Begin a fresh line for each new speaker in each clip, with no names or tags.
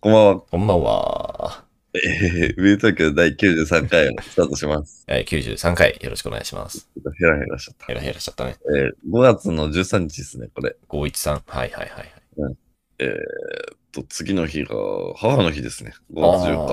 こんばんは。
こんばんは。
えー、ウィルトーク第93回をスタートします。
えー93回よろしくお願いします。
ちょっとヘラヘラしちゃった。
ヘラヘラしちゃったね。
えー、5月の13日ですね、これ。
513。はいはいはい。
えー、っと、次の日が母の日ですね。5
あ
月14日。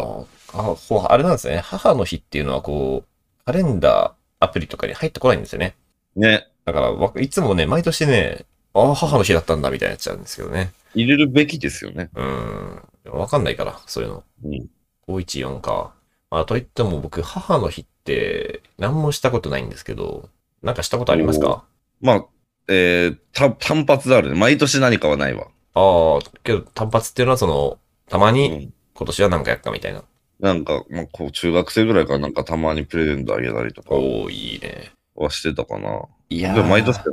ーあこうあれなんですね。母の日っていうのはこう、カレンダーアプリとかに入ってこないんですよね。
ね。
だからわ、いつもね、毎年ね、ああ、母の日だったんだみたいなやつなんですけどね。
入れるべきですよね。
うーん。わかんないから、そういうの。
うん
514か。まあ、といっても僕、母の日って何もしたことないんですけど、なんかしたことありますか
まあ、えー、た単発であるね。毎年何かはないわ。
ああ、けど単発っていうのはその、たま
う
に
ん。
今年は何かやっかみたいな。
なんか、まあ、こう、中学生ぐらいからなんかたまにプレゼントあげたりとか
おおいいね。
はしてたかな。
い
で
や
も毎年じゃ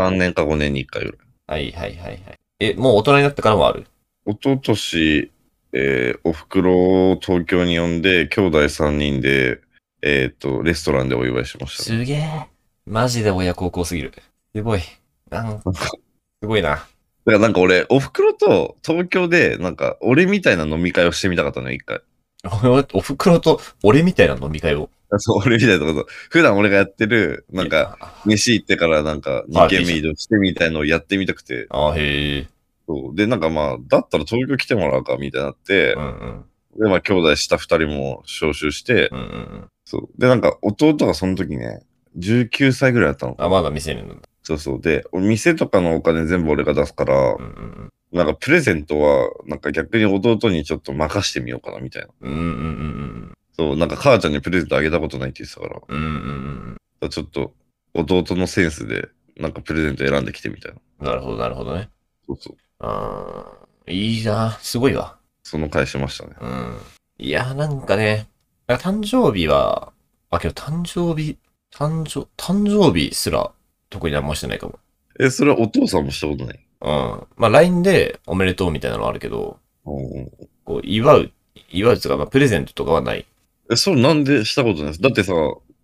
ない。3年か5年に1回ぐらい。
はいはいはいはい。え、もう大人になってからもある
一昨年、えーおふくろを東京に呼んで、兄弟3人で、えっ、と、レストランでお祝いしました、ね。
すげえ。マジで親孝行すぎる。すごい。なん
なんか
すごいな。
だからなんか俺、おふくろと東京で、なんか、俺みたいな飲み会をしてみたかったのよ、一回。
おおふくろと俺みたいな飲み会を。
あそう、俺みたいなこと。普段俺がやってる、なんか、
か。
飯行ってからなんか、
パ
2
ーティー
軒目移動してみたいのをやってみたくて。
あーへえ。
そうで、なんかまあ、だったら東京来てもらうか、みたいになって
う、んうん。
で、まあ、兄弟下2人も招集して、
うんうんうん。
そう。で、なんか、弟がその時ね、19歳ぐらいだったの。
あ、まだ未成年なんだ。
そうそう。で、お店とかのお金全部俺が出すから
う、んうん
なんかプレゼントは、なんか逆に弟にちょっと任してみようかなみたいな。
うん。うんうん
そう、なんか母ちゃんにプレゼントあげたことないって言ってたから、だか
うんうん。うんうん
らちょっと弟のセンスで、なんかプレゼント選んできてみたいな。
うん。なるほどなるほどね。
そうそう。
あーいいな。すごいわ。
その返しましたね。
うん。いや、なんかね、なんか誕生日は、あ、けど誕生日、誕生、誕生日すら特に何もしてないかも。
え、それはお父さんもしたことない。
うん。まあ、LINE でおめでとうみたいなのはあるけど、
うん。
こう、祝う、祝うっていうか、まあ、プレゼントとかはない。
え、それなんでしたことないだってさ、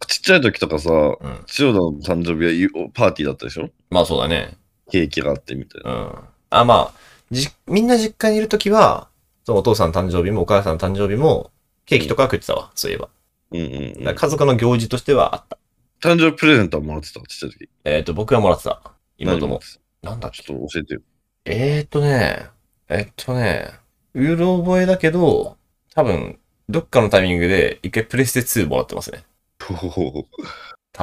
ちっちゃい時とかさ、
うん。
千代田の誕生日はパーティーだったでしょ
まあ、そうだね。
ケーキがあってみたいな。
うん。あ、まあ、じ、みんな実家にいるときは、そのお父さんの誕生日もお母さんの誕生日も、ケーキとかは食ってたわ、そういえば。
うんうん、うん。
だから家族の行事としてはあった。
誕生日プレゼントはもらってたちっちゃい時。
えっ、と、僕はもらってた。妹
何もら
も
っ。てた
なんだっけ
ちょっと教えてよ。
えーとね、えっとね、うろ覚えだけど、多分、どっかのタイミングで一回プレステ2もらってますね。
ほほほほ
多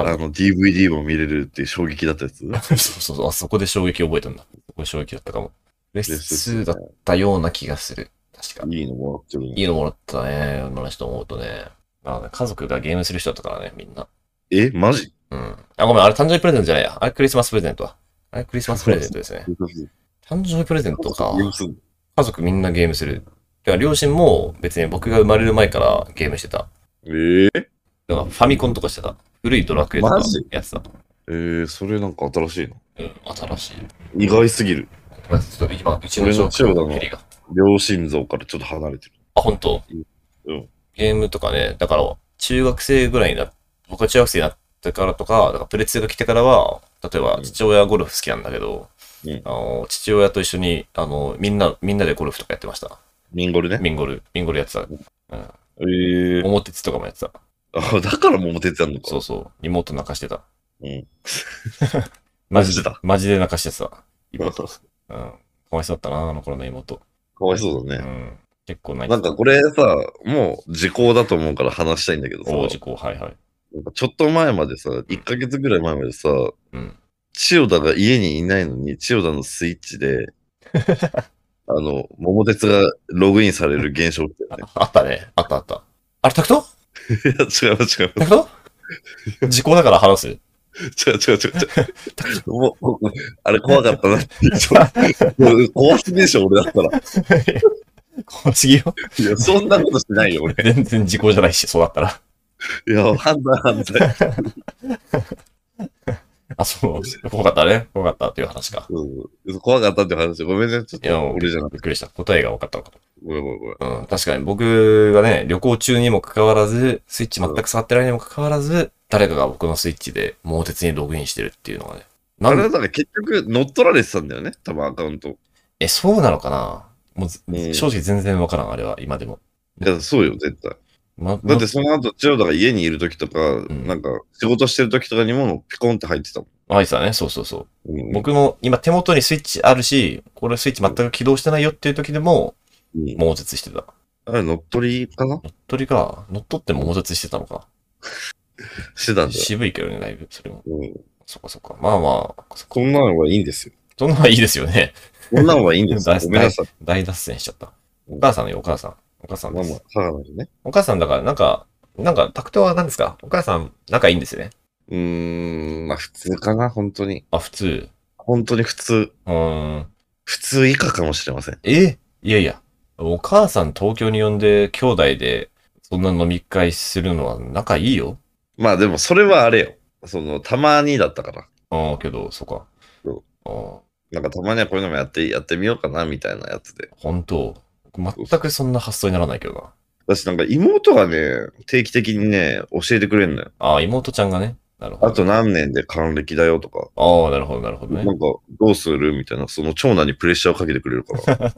あ
分。
の DVD も見れるっていう衝撃だったやつ
そうそうそう、あそこで衝撃覚えたんだ。そこで衝撃だったかも。プレステ2だったような気がする。確か。
いいのもらってるね
いいのもらったね、今の人思うとね。あのね家族がゲームする人だったからね、みんな。
え、マジ
うん。あ、ごめん、あれ誕生日プレゼントじゃないや。あれクリスマスプレゼントだ。あれクリスマスプレゼントですね。誕生日プレゼントか。
要するに
家族みんなゲームする。だから両親も別に僕が生まれる前からゲームしてた。
えー、
だからファミコンとかしてた。古いドラクエとか
マジ
やってた。
えー、それなんか新しいの
うん、新しい。
意外すぎる。
ちょっと今、うち
俺の
の
千代田の
ヘリが。
両心臓からちょっと離れてる。
あ、本当。
うん。
ゲームとかね、だから中学生ぐらいになっ僕が中学生になってからとか、だからプレツが来てからは、例えば父親ゴルフ好きなんだけど、
うん
あの父親と一緒にあのみんな、みんなでゴルフとかやってました。
ミンゴルね。
ミンゴル、ミンゴルやってた。うん。
えー、
桃鉄とかもやってた。
あだから桃鉄やんのか。
そうそう。妹泣かしてた。
うん。
マジ
マジ
で
だ、
マジで泣かしてた。
妹か
うん。かわいそうだったな、あの頃の妹。
わいそうだ
う
ね。
ん。結構泣い
な
て
ん
た。
かこれさ、もう時効だと思うから話したいんだけどさ、
大事故、はいはい。
なんかちょっと前までさ、1ヶ月ぐらい前までさ、
うん。
千代田が家にいないのに、千代田のスイッチ で、あの、桃鉄がログインされる現象っ てね。
あったね。あったあった。あれ、タクト
いや、違う違う
タクト時効だから話す。
違う違う違う違う。もうもう、あれ怖かったなって。ちょっともう怖すぎでしょ、俺だったら。
怖すぎよ。
いや、そんなことしないよ、俺。
全然時効じゃないし、そうだったら。
いや、犯罪犯罪。
あ、そう。怖かったね。怖かったっていう話か。
うん、怖かったって話。ごめんね、ちょっ
いや、
と。俺じゃなくて。
びっくりした。答えが分かったのか
ごめんごめんごめん。
と。うん、確かに僕がね、旅行中にもかかわらず、スイッチ全く触ってないにもかかわらず、誰かが僕のスイッチで猛鉄にログインしてるっていうのがね。な
あ
ん
れだから結局乗っ取られてたんだよね、多分アカウント。
え、そうなのかなもうず、
うん
正直全然わからん、あれは、今でも。
いや、そうよ、絶対。
ま、
だってその後、千代田が家にいる時とか、
ん
なんか仕事してる時とかにもピコンって入ってたも
まあいつだね、そうそうそう。
ん。うん
僕も今手元にスイッチあるし、これスイッチ全く起動してないよっていう時で
う
も、
ん
猛絶してた。
あれ、乗っ取りかな
乗っ取りが、乗っ取っても猛絶してたのか。
してたんだよ。
渋いけどね、だいぶ、それも。
うん、
そっかそっか。まあまあ、そっか
こんなのはいいんですよ。
そんなのはいいですよね。
こんなのはいいん ですよ
大。
ごめんなさい。
大脱線しちゃった。お母さんのよ、お母さん。お母さん
ま
で
あ
す。
まあ、母の日ね。
お母さんだから、なんか、なんか、タクトは何ですかお母さん、仲いいんですよね。
うーん、まあ普通かな、本当に。
あ、普通。
本当に普通。
うーん。
普通以下かもしれません。
えいやいや。お母さん東京に呼んで、兄弟で、そんな飲み会するのは仲いいよ。
まあでも、それはあれよ。その、たまにだったから。
ああ、けど、そうか。
そう
ああ、
なんかたまにはこういうのもやって、やってみようかな、みたいなやつで。
本当全くそんな発想にならないけどな。
私なんか妹がね、定期的にね、教えてくれるのよ。
ああ、妹ちゃんがね。なるほど。
あと何年で還暦だよとか。
ああ、なるほど、なるほど
なん
ね。
か、どうするみたいな、その長男にプレッシャーをかけてくれる から。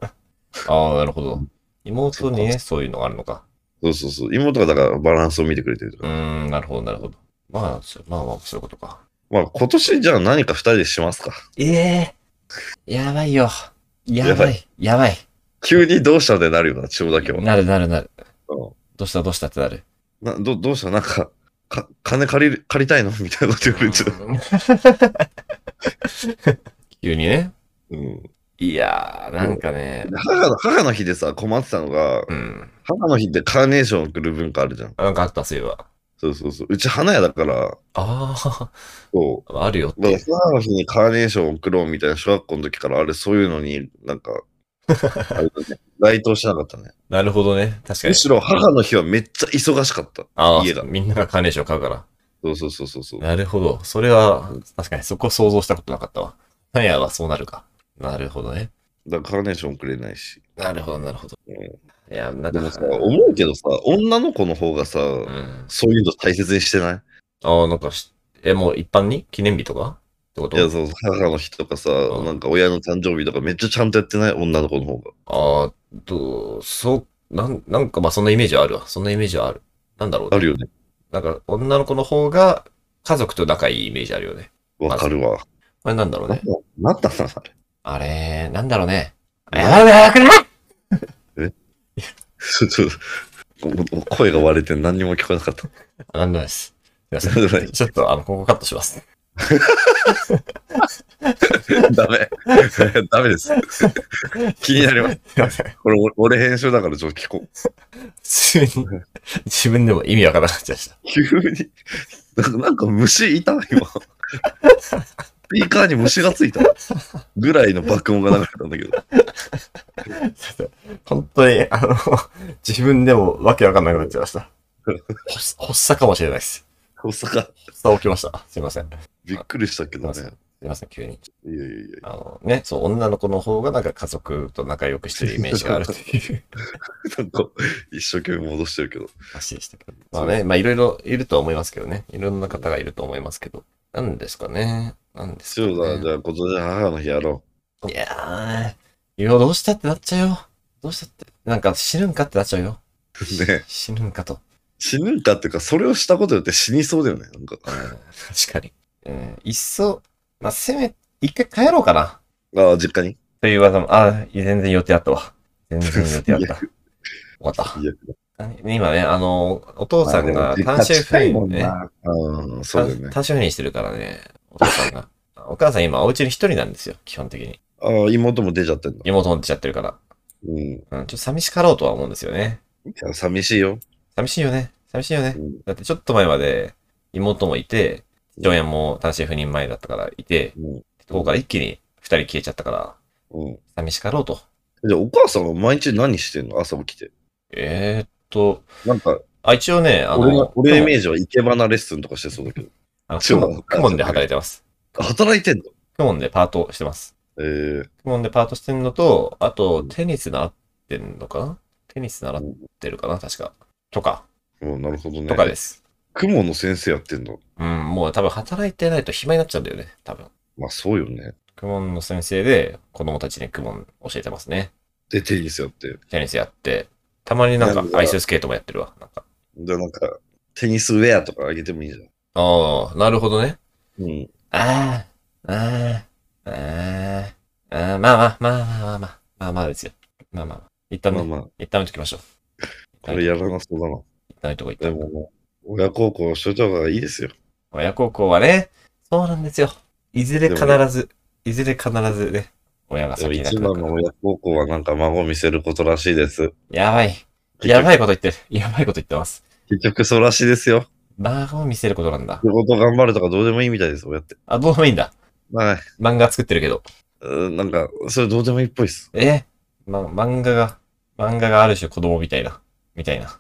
ああ、なるほど。妹に
そ
ね、そういうのがあるのか。
そうそうそう。妹がだからバランスを見てくれてると
う
か。
ーん、なるほど、なるほど。まあ、そうまあまあ、そういうことか。
まあ、今年じゃあ何か二人でしますか。
ええやばいよ。や
やば
ばい。やばい。
急にどうしたんでなるような、千代田家は。
なるなるなる。
うん
どうしたどうしたってなる。
などどうしたなんか、か金借りる借りたいのみたいなこと言われちゃう。
急にね。
うん、
いやー、なんかね。
母の母の日でさ、困ってたのが、
うん。
母の日ってカーネーション送る文化あるじゃん。
なんかあった、そういえば。
そうそうそう。うち花屋だから、
あ
そ
あ、あるよっ
う。だか
て
ら。母の日にカーネーション送ろうみたいな小学校の時から、あれそういうのになんか、 あれだね、該当しなかったね。
なるほどね。確か
む
に。
しろ母の日はめっちゃ忙しかった。
あ
家だ
あ、みんながカーネーション買うから。
そうそうそうそうそう。
なるほど。それは、確かにそこ想像したことなかったわ。なんやはそうなるか。なるほどね。
だからカーネーション送れないし。
なるほど、なるほど。
うん
いや、なん
で
か、
もさ、思うけどさ、女の子の方がさ、
うん。
そういうの大切にしてない
ああ、なんかし、え、もう一般に記念日とかってこと
いや、そう、母の日とかさ、
うん
なんか親の誕生日とかめっちゃちゃんとやってない女の子の方が。
ああ、と、そう、なん、なんかまあそんなイメージはあるわ。そんなイメージはある。なんだろう、
あるよね。
なんか女の子の方が家族と仲いいイメージあるよね。
わかるわ。
これなんだろう
なん
ね
だ。なんだったのあれ。
あれ、なんだろうね。やばくない
ちょちょおお声が割れて何にも聞こえなかった。
あなんでもないです。すい
な
ま
んでも
せ。
なんい
ちょっと、あの、ここカットします。
ダメ。 ダメです。 気になります。
すいません。
これ俺俺編集だからちょっと聞こう。
普通に、自分でも意味わからなくなっちゃいました。
急に。なんかなんか虫いた今。スピーカーに虫がついたぐらいの爆音が流れたんだけど。
本当に、あの、自分でもわけわかんなくなっちゃいました。発発作かもしれないです。
大阪、
発作起きました。すいません。す
びっくりしたけどね。
いません、急
い
に。
やいやいや。
あのね、そう、女の子の方がなんか家族と仲良くしてるイメージがあるっていう
なんか、一生懸命戻してるけど。
話でした けど。まあね、まあいろいろいるとは思いますけどね。いろんな方がいると思いますけど。なんですかね。なんですか
そうだ、じ
ね。
ゃあ今年母の日やろ
いやー、いやどうしたってなっちゃうよ。どうしたって。なんか死ぬんかってなっちゃうよ。
う。 ね
死ぬんかと。
死ぬんかっていうか、それをしたことによって死にそうだよね。なんか。
うん確かに。うん、いっそ、まあせめ、一回帰ろうかな。
ああ、実家に
という技も、あ、全然予定あったわ。全然 予定あった。終わった。
いや、
今ね、あの、お父さんが単身赴任ね、
うん、そう
単
だよね。
単身赴任してるからね、お父さんが。 お母さん今お家に一人なんですよ、基本的に。
ああ、妹も出ちゃってんだ。
妹持ってちゃってるから。
うん。い
うん、ちょっと寂しかろうとは思うんですよね。
や、寂しいよ。
寂しいよね。寂しいよね
う。ん。
だってちょっと前まで妹もいて、父親も単身赴任前だったからいて、
うん。
ここから一気に二人消えちゃったから、
うん。
寂しかろうと。
じゃあ、お母さんは毎日何してんの朝起きて。
えー、っと、
なんか、
あ、一応ね、あ
俺の
の、、
俺のイメージは生け花レッスンとかしてそうだけど。
あの、
中
ク
国
モンクモンで働いてます。
働いてんの
クモンでパートしてます。
えー、
ポケモンでパートしてんのと、あと、テニス習ってんのかなテニス習ってるかな確か。とか、
うんなるほどね。
とかです。
雲の先生やってんだ。
うん、もう多分働いてないと暇になっちゃうんだよね、多分。
まあ、そうよね。
クモンの先生で、子供たちにクモン教えてますね。
で、テニスやって。
テニスやって、たまになん
なん
か
か
アイススケートもやってるわ。なんか
で、なんか、テニスウェアとかあげてもいいじゃん。
ああ、なるほどね。
うん。
ああ、ああ、ああ、ああ、まあまあまあまあまあまあ、まあまあですよ。まあまあまあ。一旦
まあ
ね、
まあ、
一旦置いときましょう。
これやらなそうだな。
一旦置いとこう一
で
旦。
ももう、親孝行しといた方がいいですよ。
親孝行はね、そうなんですよ。いずれ必ず、いずれ必ずね、親が
でも
先に亡
一
くな
番
るか
の
ら。
親孝行はなんか孫を見せることらしいです。
やばい。
結
や
局
ばいこと言ってる。やばいこと言ってます。
結局そうらしいですよ。
漫画を見せることなんだ。
仕事頑張るとかどうでもいいみたいです、親って。
あ、どうでもいいんだ。
はい。
漫画作ってるけど。
うんなんか、それどうでもいいっぽいです。
えま、漫画が、漫画がある種子供みたいな。みたいな。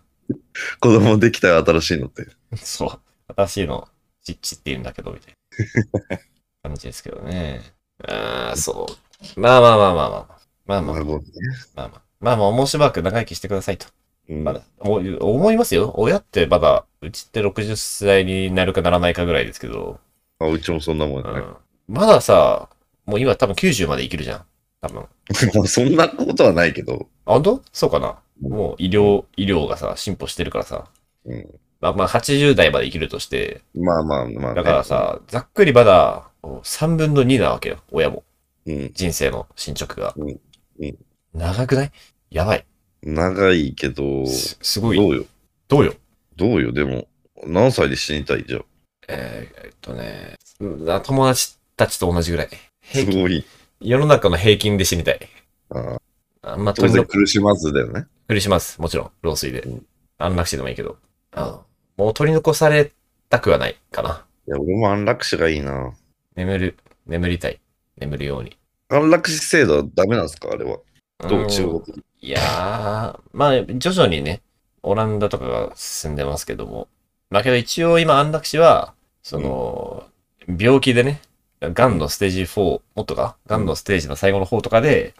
子供できたら新しいのって。
そう。私の、ちっちって言うんだけど、みたい な感じですけどね。ああ、そう。まあまあまあまあまあ。まあまあ
孫ね。
まあまあ。まあまあ、面白く長生きしてくださいと。
うん
まだ、お思いますよ。親ってまだ、うちって60歳になるかならないかぐらいですけど、
あ、うちもそんなもん
う
やね。
ん、まださ、もう今多分90まで生きるじゃん。多分。あ、
まあ そんなことはないけど。
本当そうかな。
うん
もう医療、医療がさ、進歩してるからさ。
うん
まあまあ80代まで生きるとして、
まあまあまあ、ね。
だから。さ、ざっくりまだ3分の2なわけよ。親も。
うん。
人生の進捗が。
うんうん
長くないやばい。
長いけど、
すす
ど
ご
う
い。
よ。
どうよ。
どうよ。でも、何歳で死にたいじゃん。
えーえっとね、うん友達たちと同じぐらい。
す
平均
ごい。
世の中の平均で死にたい。
ああ
あんま
当
取り
然
残
苦しまずだよね。
りします。もちろん、老衰で
うん。
安楽死でもいいけど。あのもう取り残されたくはないかな。
いや、俺も安楽死がいいな。
眠る、眠りたい。眠るように。
安楽死制度はダメなんですかあれは。ど
ん
う中国。
いやー、まあ、徐々にね、オランダとかが進んでますけども。まあけど一応今安楽死は、その、病気でね、癌のステージ4、もっとか、癌のステージの最後の方とかで、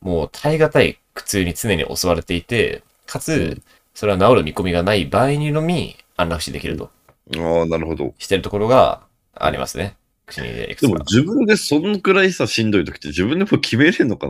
もう耐え難い苦痛に常に襲われていて、かつ、それは治る見込みがない場合にのみ安楽死できると
ああ、なるほど。
してるところがありますね。国でいく
で
つ
も
か。
自分でそんくらいさ、しんどい時って自分でもう決めれんのか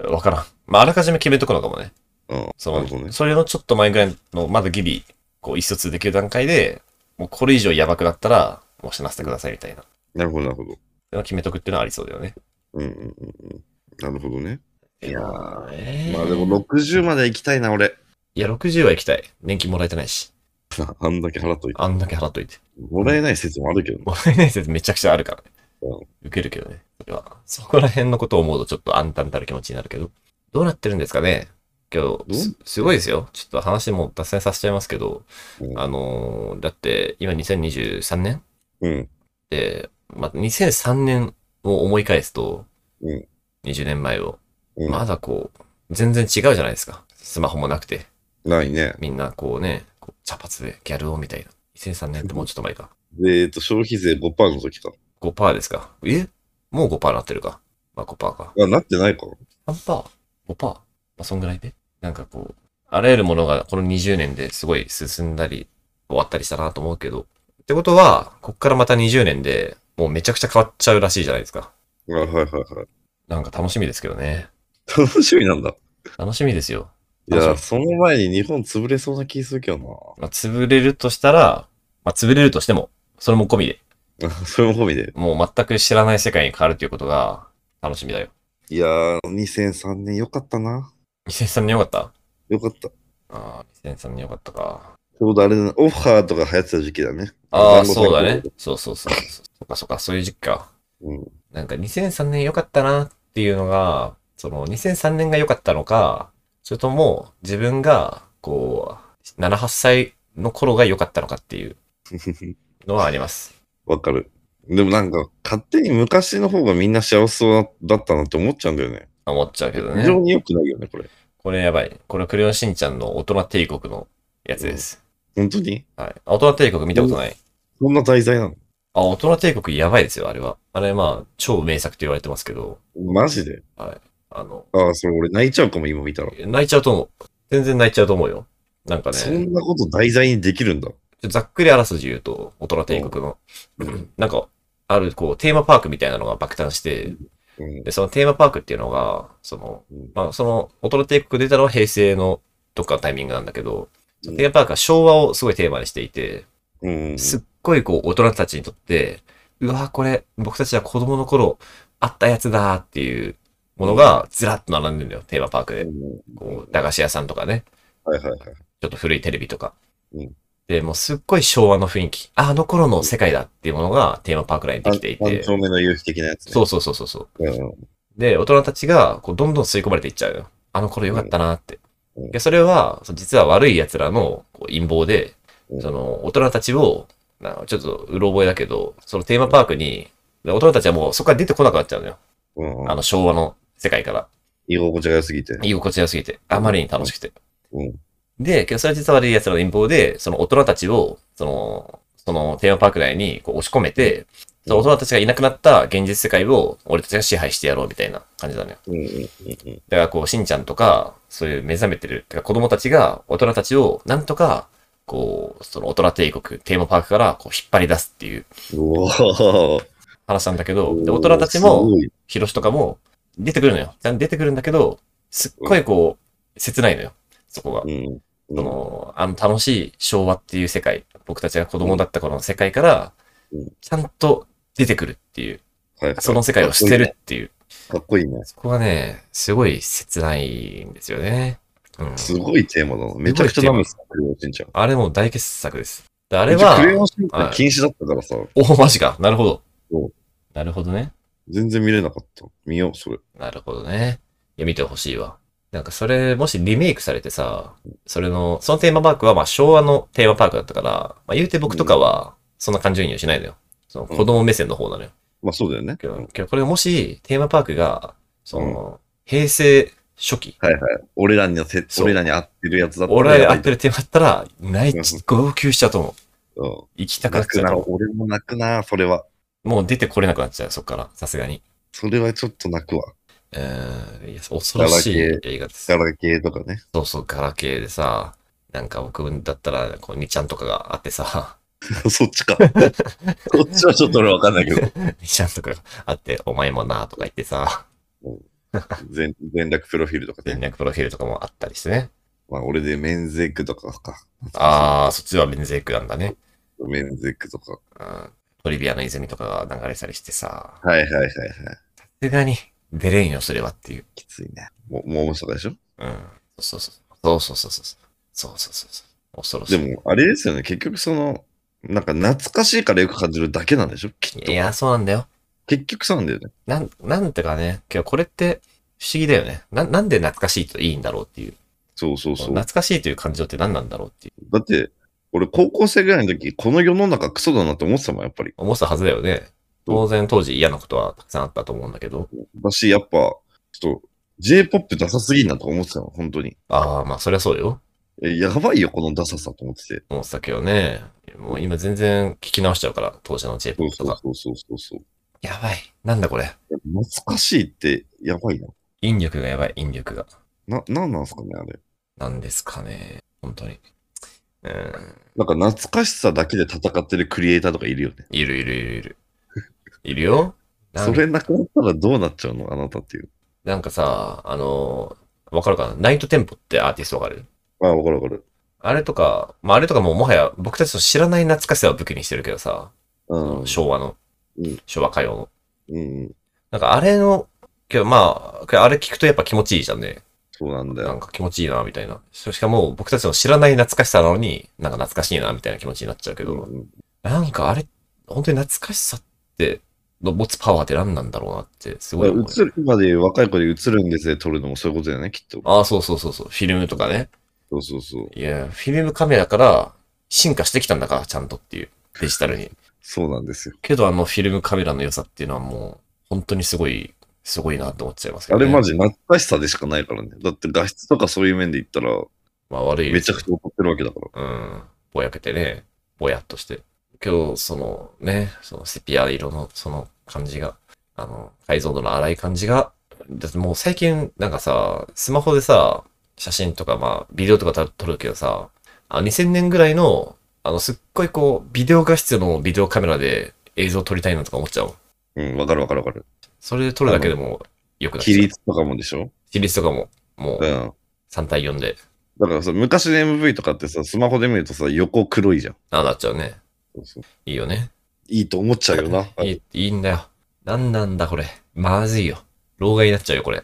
な
わからん。まああらかじめ決めとくのかもね。
うん。
そ
な
の、
るほどね。
それのちょっと前ぐらいの、まだギリ、こう、一卒できる段階で、もうこれ以上やばくなったら、もう死なせてくださいみたいな。
なるほど、なるほど。
でも決めとくっていうのはありそうだよね。
うんうんうんうん。なるほどね。いやー
え
まあでも60まで行きたいな、俺。
いや、60は行きたい。年金もらえてないし。
あんだけ払っといて。
あんだけ払っといて。
もらえない説もあるけどね。
もらえない説めちゃくちゃあるからね。
うん
受けるけどね。それは。そこら辺のことを思うとちょっと暗淡たる気持ちになるけど。どうなってるんですかね今
う
日、すすごいですよ。ちょっと話も脱線させちゃいますけど、
うん
あのーだって今2023年
うん。
で、まあ、2003年を思い返すと、
うん
20年前を、
うん
まだこう、全然違うじゃないですか。スマホもなくて、
ないね。
みんなこうね、こう茶髪でギャル男みたいな。2003年ってもうちょっと前か。
で、えっと、消費税5%の時か。
5%ですか。えもう5%なってるか。まあ5%か。
あ、なってないか。
3%?5%? まあそんぐらいで。なんかこう、あらゆるものがこの20年ですごい進んだり、終わったりしたなと思うけど。ってことは、こっからまた20年で、もうめちゃくちゃ変わっちゃうらしいじゃないですか。
あはいはいはい。
なんか楽しみですけどね。
楽しみなんだ。
楽しみですよ。
い
楽し
や、
み
その前に日本潰れそうな気するけど
まあ、潰れるとしたら、まあ、潰れるとしても、それも込みで、
な。 それも込みで。
もう全く知らない世界に変わるということが楽しみだよ。
いやー、2003年よかったな。
2003年よかった
よかった。
ああ、2003年よかったか。
ちょうどあれだな、オファーとか流行ってた時期だね。
ああ、
団子
そうだね
とか。
そうそうそうそう。そっかそっか、そういう時期か。
うん。
なんか2003年よかったなっていうのが、その2003年が良かったのか、それとも自分が、こう、7、8歳の頃が良かったのかっていうのはあります。
わかる。でもなんか、勝手に昔の方がみんな幸せそうだったなって思っちゃうんだよね。
思っちゃうけどね。
非常に良くないよね、これ。
これやばい。これクレヨンしんちゃんの大人帝国のやつです。
本当に
はい。あ大人帝国見たことない。
そんな題材なの
あ、大人帝国やばいですよ、あれは。あれまあ、超名作と言われてますけど、
マジで
あの、
ああ、それ俺泣いちゃうかも、今見たら。
泣いちゃうと思う。全然泣いちゃうと思うよ。なんか
そ
ね、
んなこと題材にできるんだ。
ざっくりあらすじ言うと、大人帝国の、なんか、あるこう、テーマパークみたいなのが爆誕して、
うん
で、そのテーマパークっていうのが、その
うん、
まあ、その、大人帝国出たのは平成のどっかのタイミングなんだけど、
うん
テーマパークは昭和をすごいテーマにしていて、
うん。
すっごいこう、大人たちにとって、うわ、これ、僕たちは子供の頃、あったやつだっていうものが、ずらっと並んでるんだよ、テーマパーク
う
で。
ん
こう、駄菓子屋さんとかね。
はいはいはい。
ちょっと古いテレビとか。
うん
で、もうすっごい昭和の雰囲気。ああの頃の世界だっていうものがテーマパーク内にできてい
三
て。
丁目の夕日的なやつ、ね。。
そううそうそうそうそう。
うん、
で、大人たちがこうどんどん吸い込まれていっちゃうよ。あの頃良かったなって。
うん
でそれは、その実は悪い奴らのこう陰謀で、
うん
その大人たちを、なんかちょっとうろ覚えだけど、そのテーマパークに、で大人たちはもうそこから出てこなくなっちゃうのよ。
うん。
あの昭和の世界から。
居心地が良すぎて。
居心地が良すぎて。あまりに楽しくて。
うん。
で、けどそれは実は悪い奴らの陰謀で、その大人たちを、その、そのテーマパーク内にこう押し込めて、その大人たちがいなくなった現実世界を俺たちが支配してやろうみたいな感じだね。
うんうんうん
だからこう、しんちゃんとか、そういう目覚めてる、てか子供たちが大人たちをなんとか、こう、その大人帝国、テーマパークからこう引っ張り出すっていう
うん。うわ
話なんだけど、
ー
で大人たちも、
すごい
ヒロシとかも出てくるのよ。ちゃんと出てくるんだけど、すっごいこう、切ないのよ。そこが。
うん。
その、あの楽しい昭和っていう世界、僕たちが子供だった頃の世界から
うん、
ちゃんと出てくるっていう、
はい
その世界を捨てるっていう、
かっこいいね。
そこがね、すごい切ないんですよね。うん。
すごいテーマだな。めちゃくちゃダメですか、クレヨンしんちゃん。
あれも大傑作です。であ
あ
れ
クレヨ
は、
ンしんちゃん禁止だったからさ、
おお、マジか。なるほど
そう。
なるほどね。
全然見れなかった。見よう、それ。
なるほどね。いや、見てほしいわ。なんかそれ、もしリメイクされてさ、それの、そのテーマパークはまあ昭和のテーマパークだったから、まあ言うて僕とかは、そんな感情移入しないのよ。その子供目線の方なのよ。
まあそうだよね。
け
う
ど
ん、
けどこれもし、テーマパークが、その、平成初期、
はいはい。俺らにのせ
そう
俺らに合ってるやつだった
俺らに合って
る。
るテーマだったら、泣い、号泣しちゃうと思う。
うん
行きたくなっ
泣く
ちゃうと
な、
思
俺も泣くな、それは。
う。もう出てこれなくなっちゃう、そっから、さすがに。
それはちょっと泣くわ。
うーん、いや恐ろしい
ガラ
映画です
ガ。ラケーとかね。
そうそう、ガラケーでさ、なんか僕だったら、こう、2ちゃんとかがあってさ、
そっちか。こっちはちょっと俺わかんないけ ど。
2ちゃんとかがあって、お前もなとか言ってさ、
全全略プロフィールとか
連
ね。
絡プロフィールとかもあったりしてね。
まあ俺でメンゼックとかか。
あー、そっちはベンゼイクなんだね。
メンゼックとか。
うん。トリビアの泉とかが流れたりしてさ、さ
はいはいはいはい。
すがに出れんよ、それはっていう。
きついね。も、もう面白かでしょ
うん。そうそうそう。そうそうそうそう。そうそうそうそう。恐ろしい。
でも、あれですよね。結局その、なんか懐かしいからよく感じるだけなんでしょきっと
い。や、そうなんだよ。
結局そうなんだよね。
なん、なんてかね、今日これって不思議だよね。な、なんで懐かしいといいんだろうっていう。
そうそうそう。
懐かしいという感情って何なんだろうっていう。
だって、俺高校生ぐらいの時、この世の中クソだなって思ってたもん、やっぱり。
思ってたはずだよね。当然当時嫌なことはたくさんあったと思うんだけど。
だし、やっぱ、ちょっと、J-POP ダサすぎんなとか思ってたの、本当に。
ああ、まあそりゃそうよ。
えやばいよ、このダサさと思ってて。
思ってたけどね。もう今全然聞き直しちゃうから、当時の
そう
J-POP と
そう
か。
そうそうそうそう。
やばい。なんだこれ。
懐かしいって、やばいな。
引力がやばい、引力が。
な、なんなんすかね、あれ。
なんですかね。本当に。うん。
なんか懐かしさだけで戦ってるクリエイターとかいるよね。
いるいるい るいる。いるよ。なん
それなくなったらどうなっちゃうのあなたっていう。
なんかさ、あのーわかるかなナイトテンポってアーティストわかる
ああ、わかるわかる。
あれとか、まあ、あれとかもうもはや僕たちの知らない懐かしさを武器にしてるけどさ、
うん。
昭和の、
うん
昭和歌謡の。
うん。
なんかあれの、けどまあ、けどあれ聞くとやっぱ気持ちいいじゃんね。
そうなんだ
な
よ。
んか気持ちいいな、みたいな。ししかも僕たちの知らない懐かしさなのに、なんか懐かしいな、みたいな気持ちになっちゃうけ
う
ど、
ん
なんかあれ、本当に懐かしさって、の持つパワーって何なんだろうなって、すごい
だか
思
ら映
う。
る、今で言う若い子で映るんですで撮るのもそういうことだよね、きっと。
ああ、そうそうそうそう、フィルムとかね。
そうそうそう。
いや、フィルムカメラから進化してきたんだから、ちゃんとっていう、デジタルに。
そうなんですよ。
けど、あのフィルムカメラの良さっていうのはもう、本当にすごい、すごいなって思っちゃいますけ
あ
ど、ね。
れマ
ジ
ジ懐かしさでしかないからね。だって画質とかそういう面で言ったら、
まあ悪い。
めちゃくちゃ劣ってるわけだから。
うん、ぼやけてね、ぼやっとして。けど、そのね、そのセピア色のその感じが、あの、解像度の荒い感じが、だってもう最近なんかさ、スマホでさ、写真とかまあ、ビデオとか撮撮るけどさ、あの2000年ぐらいの、あの、すっごいこう、ビデオ画質のビデオカメラで映像撮りたいなとか思っちゃうもん。
うん、わかるわかるわかる。
それで取るだけでもよくなっ
比
ちゃう。
率とかもでしょ
比率とかも、も
う。
うん3対4で、
だからさ、昔の MV とかってさ、スマホで見るとさ、横黒いじゃん。
ああなっちゃうね。
そうそう
いいよね。
いいと思っちゃうよな。
いい、いいんだよ。なんなんだこれ。まずいよ。老害になっちゃうよ、これ。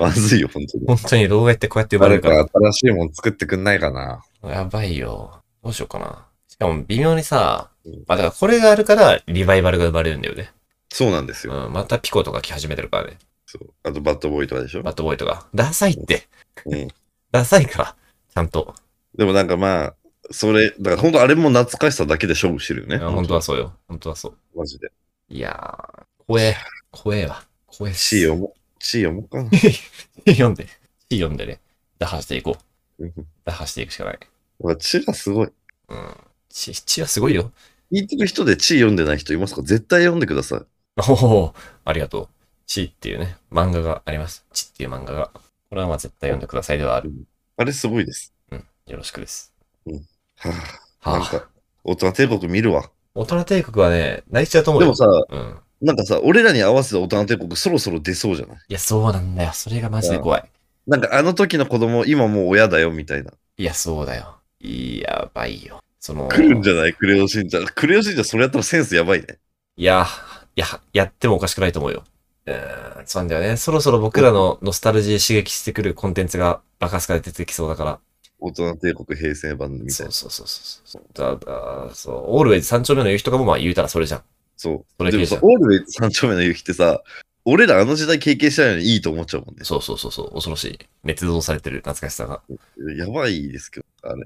まずいよ、本当に。
本当に老害ってこうやって呼ばれ
誰
るか。
から新しいもん作ってくんないかな。
やばいよ。どうしようかな。しかも微妙にさ
うん、
まあだからこれがあるからリバイバルが生まれるんだよね。
そうなんですよ。
うん、またピコとか来始めてるからね。
そうあと、バッドボーイとかでしょ
バ。ットボーイとか。ダサいって。
うん。
ダサいから。ちゃんと。
でもなんかまあ、それ、だから本当あれも懐かしさだけで勝負してるよね。
いや本当はそうよ。本当はそう。
マジで。
いやー、怖え。怖えわ。怖えっす。
地位をも、地位をもかな。
読んで。C 読んでね。打破していこう。
うん
打破していくしかない。
やっぱ地位がすごい。
うん。ち、ちはすごいよ。
聞いてる人で地位読んでない人いますか絶対読んでください。
おお、ありがとう。ちっていうね、漫画があります。ちっていう漫画が。これはまあ絶対読んでくださいではある。
あれすごいです。
うん。よろしくです。
はあ、
は
なん
あ
か、大人帝国見るわ。
大人帝国はね、泣いちゃうと思う
で
よ。
もさ、
うん。
なんかさ、俺らに合わせて大人帝国そろそろ出そうじゃない
いや、そうなんだよ。それがマジで怖い。
なんかあの時の子供、今もう親だよみたいな。
いや、そうだよ。いややばいよ。その、
来るんじ
ゃ
ゃないクレヨンしんちゃん。クレヨンしんちゃん、それやったらセンスやばいね。
いや、いや、やってもおかしくないと思うよ。うーん、そうなんだよね。そろそろ僕らのノスタルジー刺激してくるコンテンツがバカスカで出てきそうだから。
大人帝国平成版みたい
そう
な。
そうそうそうそう。だ、だ、そう。オールウェイズ三丁目の夕日とかもまあ言うたらそれじゃん。
そ。
そうれ
で
系
も
じゃ
さ
ん、
オールウェイズ三丁目の夕日ってさ、俺らあの時代経験したのにいいと思っちゃうもんね。
そうそうそうそう、恐ろしい。熱造されてる懐かしさが。
やばいですけど、あれ。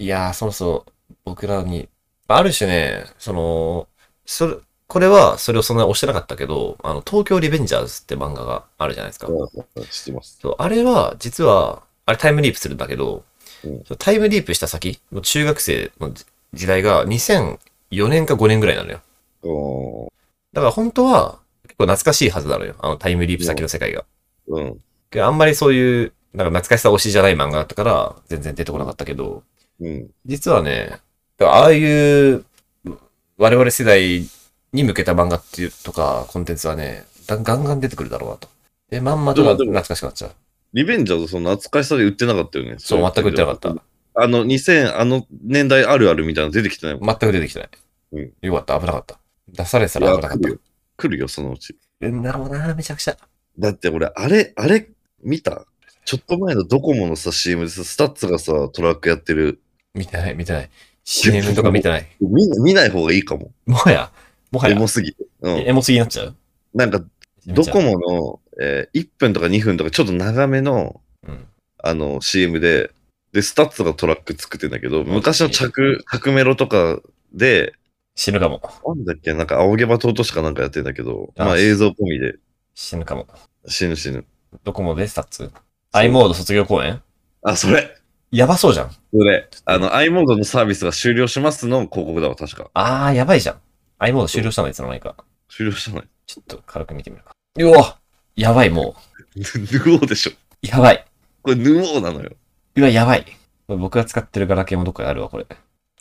いやー、そもそも僕らに、ある種ね、その、それ、これはそれをそんなに押してなかったけど、あの、東京リベンジャーズって漫画があるじゃないですか。
知ってます。
そうあれは、実は、あれタイムリープするんだけど、
うん
そのタイムリープした先、もう中学生の時時代が2004年か5年ぐらいなのよ。
おー
だから本当は、結構懐かしいはずなのよ。あのタイムリープ先の世界が。
うん。
けどあんまりそういう、なんか懐かしさ推しじゃない漫画だったから、全然出てこなかったけど、
うん。
実はね、ああいう我々世代に向けた漫画っていうとかコンテンツはね、だガンガン出てくるだろうなと。で、まんまと
でもでも
懐かしくなっちゃう。
リベンジャーズ、その懐かしさで売ってなかったよね。
そう、全く言ってなかった。。
あの、2000、あの年代あるあるみたいなの出てきてないもん。
全く出てきてない。
うん
よかった、危なかった。出されてた
い
ら
や
危なかっ
来
た
るよ。来るよ、そのうち。
うんだろうな、めちゃくちゃ。
だって俺、あれ、あれ、見たちょっと前のドコモのさ、CM でさ、スタッツがさ、トラックやってる。
見てない、見てない。CM とか見てない。
見見ない方がいいかも。
もはや、もは
エ
や、
モすぎて。うん。
エモすぎになっちゃう
なんか、ドコモの、えー1分とか2分とかちょっと長めの、
うん
あの、CM で、で、スタッツがトラック作ってんだけど、昔の着、着メロとかで、
死ぬかも。
なんだっけ、なんか、青毛羽としかなんかやってんだけど、
あ
まあ映像込みで、
死ぬかも。
死ぬ死ぬ。
ドコモでスタッツ。i モード卒業公演
あ、それ
やばそうじゃん。
それ、あの、i モードのサービスが終了しますの広告だわ、確か。
あー、やばいじゃん。i モード終了したのいつの間にか。
終了 したのに。
ちょっと軽く見てみるか。うわやばい、も
ヌオーでしょ。
う。やばい。
これヌオーなのよ。
うわ、やばい。これ僕が使ってるガラケーもどっかにあるわ、これ。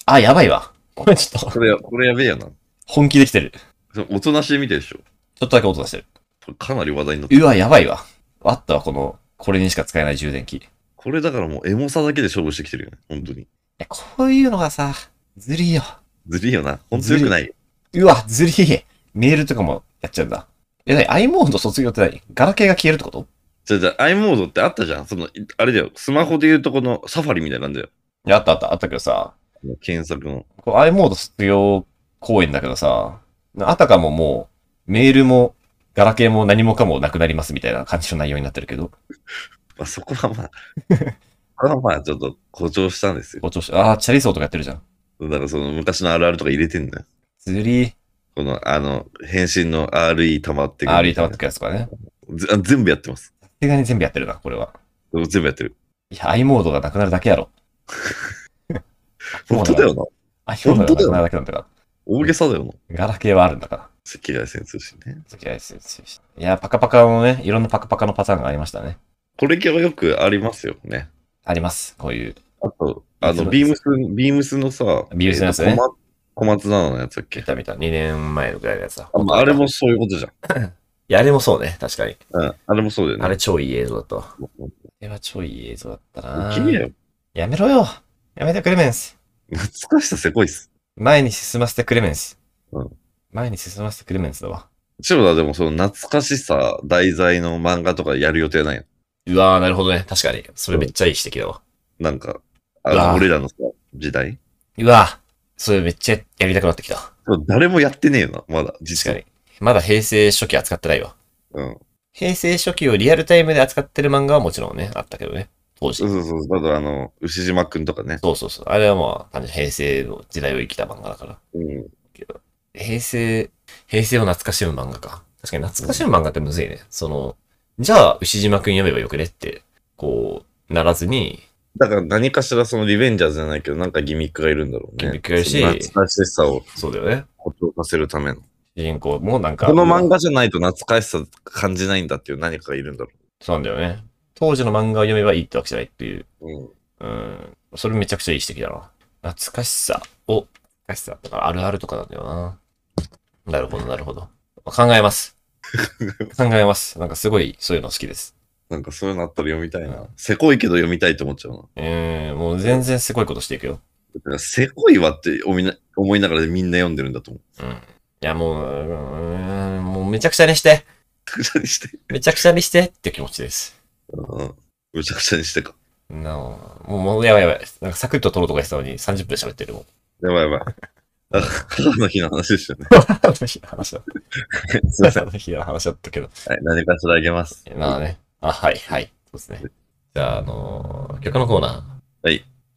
あ、やばいわ。これちょっと、
これ、これやべえやな。
本気できてる。ち
おとなしいみたいでしょ。
ょっとだけ音出してる。
これかなり話題になって
うわ、やばいわ。あったわ、この、これにしか使えない充電器。い
これだからもうエモさだけで勝負してきてるよね。本当に。
や、こういうのがさ、ずりーよ。
ずりいよな。本当よくないよ。
うわ、ずりー。メールとかもやっちゃうんだ。え、なに ?i モード卒業って何ガラケーが消えるってこと
じゃあじゃあ、i モードってあったじゃん。その、いあれだよ。スマホで言うとこのサファリみたいなんだよ。
いや、あったあった、あったけどさ、
検索の。
これ i モード卒業公演だけどさ、あたかももう、メールも、ガラケーも何もかもなくなりますみたいな感じの内容になってるけど、
まあ、そこはま あ、そこはまあ、ちょっと誇張したんですよ。
ご調子、あー、チャリソーとかやってるじゃん。
だからその昔のあるあるとか入れてんだよ。
ずりー、
この、あの、返信の RE 溜まってくる
RE 溜まってくやつとかね。
ぜあ全部やってます。
さすがに全部やってるな、これは。
でも全部やってる。
いや、i モードがなくなるだけやろ。
本当だよな。
i モードがなくなるだけなんだから。
大げさだよな。
ガラケーはあるんだから。
赤外線通信ね。
付き合いですしいや、パカパカのね、いろんなパカパカのパターンがありましたね。
これ系はよくありますよね。
あります。こういう。
あと、あ
そう
の、
です
ビームス、ビームスのさ、
ビームスのやつね
えっとコマ小松菜奈のやつだっけ
見た見た。2年前ぐらいのやつだ。
あ,、まあ、あれもそういうことじゃん。
いや、あれもそうね。確かに。
うん。あれもそうだよね。
あれ超いい映像だったわ。あ
もう
れは超いい映像だった
もう
な
君だよ。
やめろよやめてクレメンス
懐かしさせこいっす。
前に進ませてクレメンス
うん
前に進ませてクレメンスだわ。
千代田でもその懐かしさ題材の漫画とかやる予定ないの
うわー、なるほどね。確かに。それめっちゃいい指摘だわ。
なんか、
うわ
あ
ぁ
の、俺らのさ、時代
うわー、それめっちゃやりたくなってきた。確
そう誰もやってねえよな、まだ、実
か
は。
に。まだ平成初期扱ってないわ。
うん。
平成初期をリアルタイムで扱ってる漫画はもちろんね、あったけどね。当時
そう。そうそう。だからあの、牛島くんとかね。
そうそうそう。あれはまあ、単純に平成の時代を生きた漫画だから。
うん。
平成、平成を懐かしむ漫画か。確かに懐かしむ漫画ってむずいね。その、じゃあ、牛島くん読めばよくねって、こう、ならずに、
だから何かしらそのリベンジャーズじゃないけど、なんかギミックがいるんだろうね。
ギミックがいるし
その懐かしさを
そうだよね。
誇張させるための。
主人公もなんか、
この漫画じゃないと懐かしさ感じないんだっていう何かがいるんだろ
そうなんだよね。当時の漫画を読めばいいってわけじゃないっていう。
う。うん。
うん。それめちゃくちゃいい指摘だな。懐かしさを、懐かしさ。だからあるあるとかなんだよな。なるほど、なるほど。考 えます。考えます。なんかすごい、そういうの好きです。
なんかそういうのあったら読みたいな。
うん
せこいけど読みたいと思っちゃうな。
えー、もう全然すごいことしていくよ。
だからせこいわって思いな思いながらみんな読んでるんだと思う。
うん。いや、もう、うん、もうめちゃくちゃにして、
むちゃくちゃにして。
めちゃくちゃにしてって気持ちです。
うん。むちゃくちゃにしてか。
なあもう、もう、やばいやばい。なんかサクッと撮ろうとかしたのに30分喋ってるもん。
やばいやばい。あ母の日の話でしたね。
母の日の話 だ。
すいません。
母の日の話だったけど。
はい、何かしらあげます。
なあね。あ、はい、はい。そうですね。じゃあ、あのー曲のコーナ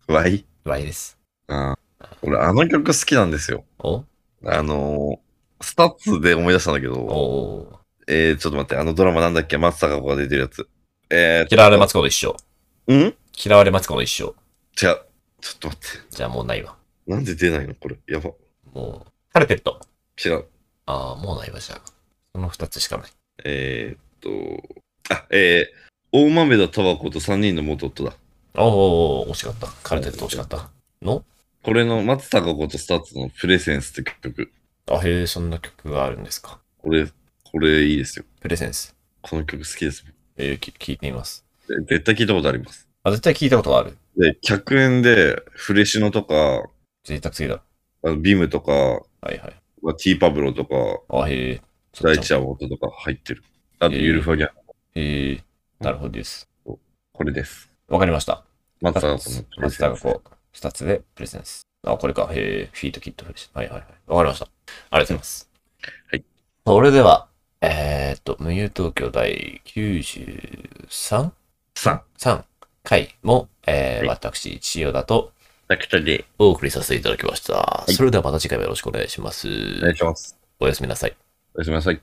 わい
ー、Y です。
あ俺、あの曲好きなんですよ。
お
あのー、スタッツで思い出したんだけど、
おー
えー、ちょっと待って、あのドラマなんだっけ松坂子が出てるやつ。え
嫌われ松子の一生。
ー、ん違う。
嫌われ松子の一生。
ちょっと待って。
じゃあもうないわ。
なんで出ないのこれ。やば。
もう、カルテット。
違う。
ああ、もうないわ、じゃあ。その二つしかない。
えー、っと、あ、えー、大豆田タバコと3人の元夫だ。
おーおーおー惜しかった。カルテット惜しかった。の
これの松坂子とスタッツのプレセンスって曲。
あ、へえ、そんな曲があるんですか。
これ、これいいですよ。
プレセンス。
この曲好きですもん。
えー、き聞いてみます。
で絶対聞いたことあります。
あ、絶対聞いたことある。
で、100円で、フレシノとか、
贅沢すぎだ。
あのビムとか、
はいはい。
まあ、ティーパブロとか、
あ、へえ。
大地
ゃん。
山本とか入ってる。あと、ゆるふわギャン、
へえ。なるほどです。
これです。
わかりました。
松坂子のプレ
松
ゼン
坂
スね
子、二つでプレゼンス。あ、これか。へえ。フィートキットフレッシュ。はいはいはい。わかりました。ありがとうございます。
はい。
それでは、えー、っと、無友東京第 93?3
さ
回も、えー
はい
私、千代田と
あ、くたで。
お送りさせていただきました。
い
それではまた次回もよろしくお願いします。
お願いします。
おやすみなさい。
おやすみなさい。